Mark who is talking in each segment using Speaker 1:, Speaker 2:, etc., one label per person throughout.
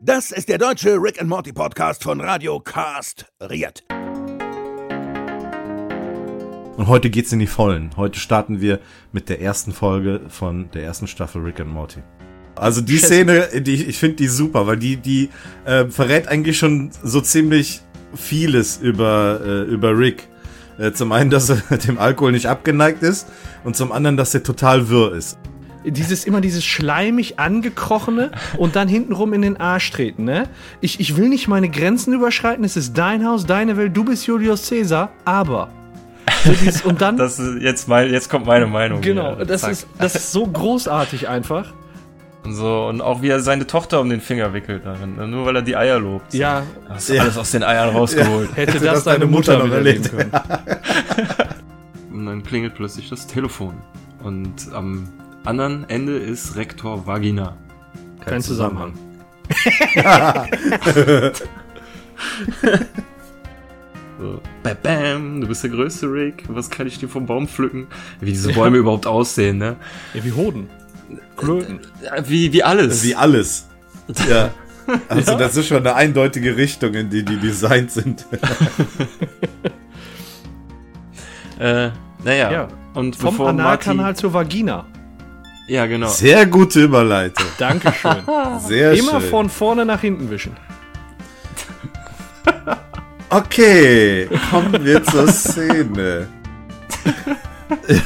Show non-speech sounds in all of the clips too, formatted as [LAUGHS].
Speaker 1: Das ist der deutsche Rick and Morty Podcast von Radio Cast Riet.
Speaker 2: Und heute geht's in die Vollen. Heute starten wir mit der ersten Folge von der ersten Staffel Rick and Morty. Also die Szene, die ich finde die super, weil die die äh, verrät eigentlich schon so ziemlich vieles über äh, über Rick. Äh, zum einen, dass er [LAUGHS] dem Alkohol nicht abgeneigt ist und zum anderen, dass er total wirr ist.
Speaker 3: Dieses immer dieses schleimig angekrochene und dann hintenrum in den Arsch treten, ne? Ich, ich will nicht meine Grenzen überschreiten, es ist dein Haus, deine Welt, du bist Julius Caesar, aber. So dieses, und [LAUGHS] dann,
Speaker 4: Das ist jetzt mein, jetzt kommt meine Meinung.
Speaker 3: genau,
Speaker 4: hier.
Speaker 3: das
Speaker 4: Zack.
Speaker 3: ist, das ist so großartig einfach.
Speaker 4: Und so, und auch wie er seine Tochter um den Finger wickelt darin. Nur weil er die Eier lobt.
Speaker 3: Ja,
Speaker 4: Hast du alles aus den Eiern rausgeholt.
Speaker 3: hätte,
Speaker 2: Hätte
Speaker 3: das, deine Mutter, noch erlebt. Können.
Speaker 4: Und dann klingelt plötzlich das Telefon. Und am anderen Ende ist Rektor Vagina.
Speaker 3: Kein Zusammenhang.
Speaker 4: So, ba bam, du bist der größte Rick. Was kann ich dir vom Baum pflücken? Wie diese Bäume überhaupt aussehen, ne?
Speaker 3: Ja, wie Hoden. Klöten.
Speaker 4: Ja, Wie, wie alles.
Speaker 2: Wie [LAUGHS] alles. Ja. Also das ist schon eine eindeutige Richtung, in die die designt sind.
Speaker 4: äh, naja.
Speaker 3: Ja.
Speaker 4: Und
Speaker 3: Vom halt-
Speaker 4: bevor
Speaker 3: Analkanal
Speaker 4: Marty,
Speaker 3: zur Vagina.
Speaker 4: Ja, genau.
Speaker 2: Sehr gute Überleitung.
Speaker 3: [LAUGHS] Dankeschön.
Speaker 2: Sehr
Speaker 3: Immer
Speaker 2: schön.
Speaker 3: von vorne nach hinten wischen.
Speaker 2: Okay, kommen wir zur
Speaker 4: [LAUGHS]
Speaker 2: Szene.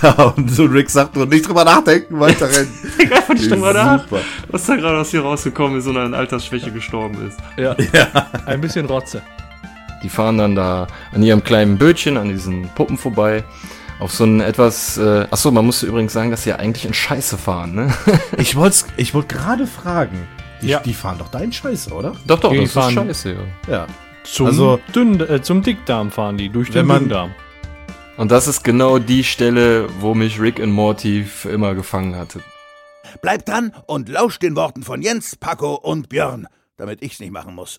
Speaker 2: ja, und so Rick sagt nur nicht drüber nachdenken, weiter rennen.
Speaker 4: Einfach nicht drüber nach,
Speaker 2: Super.
Speaker 4: was da gerade aus hier rausgekommen ist und an Altersschwäche gestorben ist.
Speaker 3: Ja. Ein bisschen Rotze.
Speaker 4: Die fahren dann da an ihrem kleinen Bötchen, an diesen Puppen vorbei. Auf so einen etwas. Äh, achso, man muss übrigens sagen, dass sie ja eigentlich in Scheiße fahren, ne? [LAUGHS]
Speaker 5: Ich wollte ich wollt gerade fragen. Die,
Speaker 3: Ja.
Speaker 5: die fahren doch deinen Scheiß, oder?
Speaker 4: Doch, doch,
Speaker 3: Die
Speaker 4: das
Speaker 3: fahren-
Speaker 4: ist Scheiße, ja.
Speaker 5: Ja.
Speaker 3: Zum,
Speaker 5: Also-
Speaker 3: Dünn, äh, zum Dickdarm fahren die, durch den
Speaker 5: Wenn man-
Speaker 3: Dünndarm.
Speaker 4: Und das ist genau die Stelle, wo mich Rick und Morty für immer gefangen hatte.
Speaker 1: Bleibt dran und lauscht den Worten von Jens, Paco und Björn, damit ich's nicht machen muss.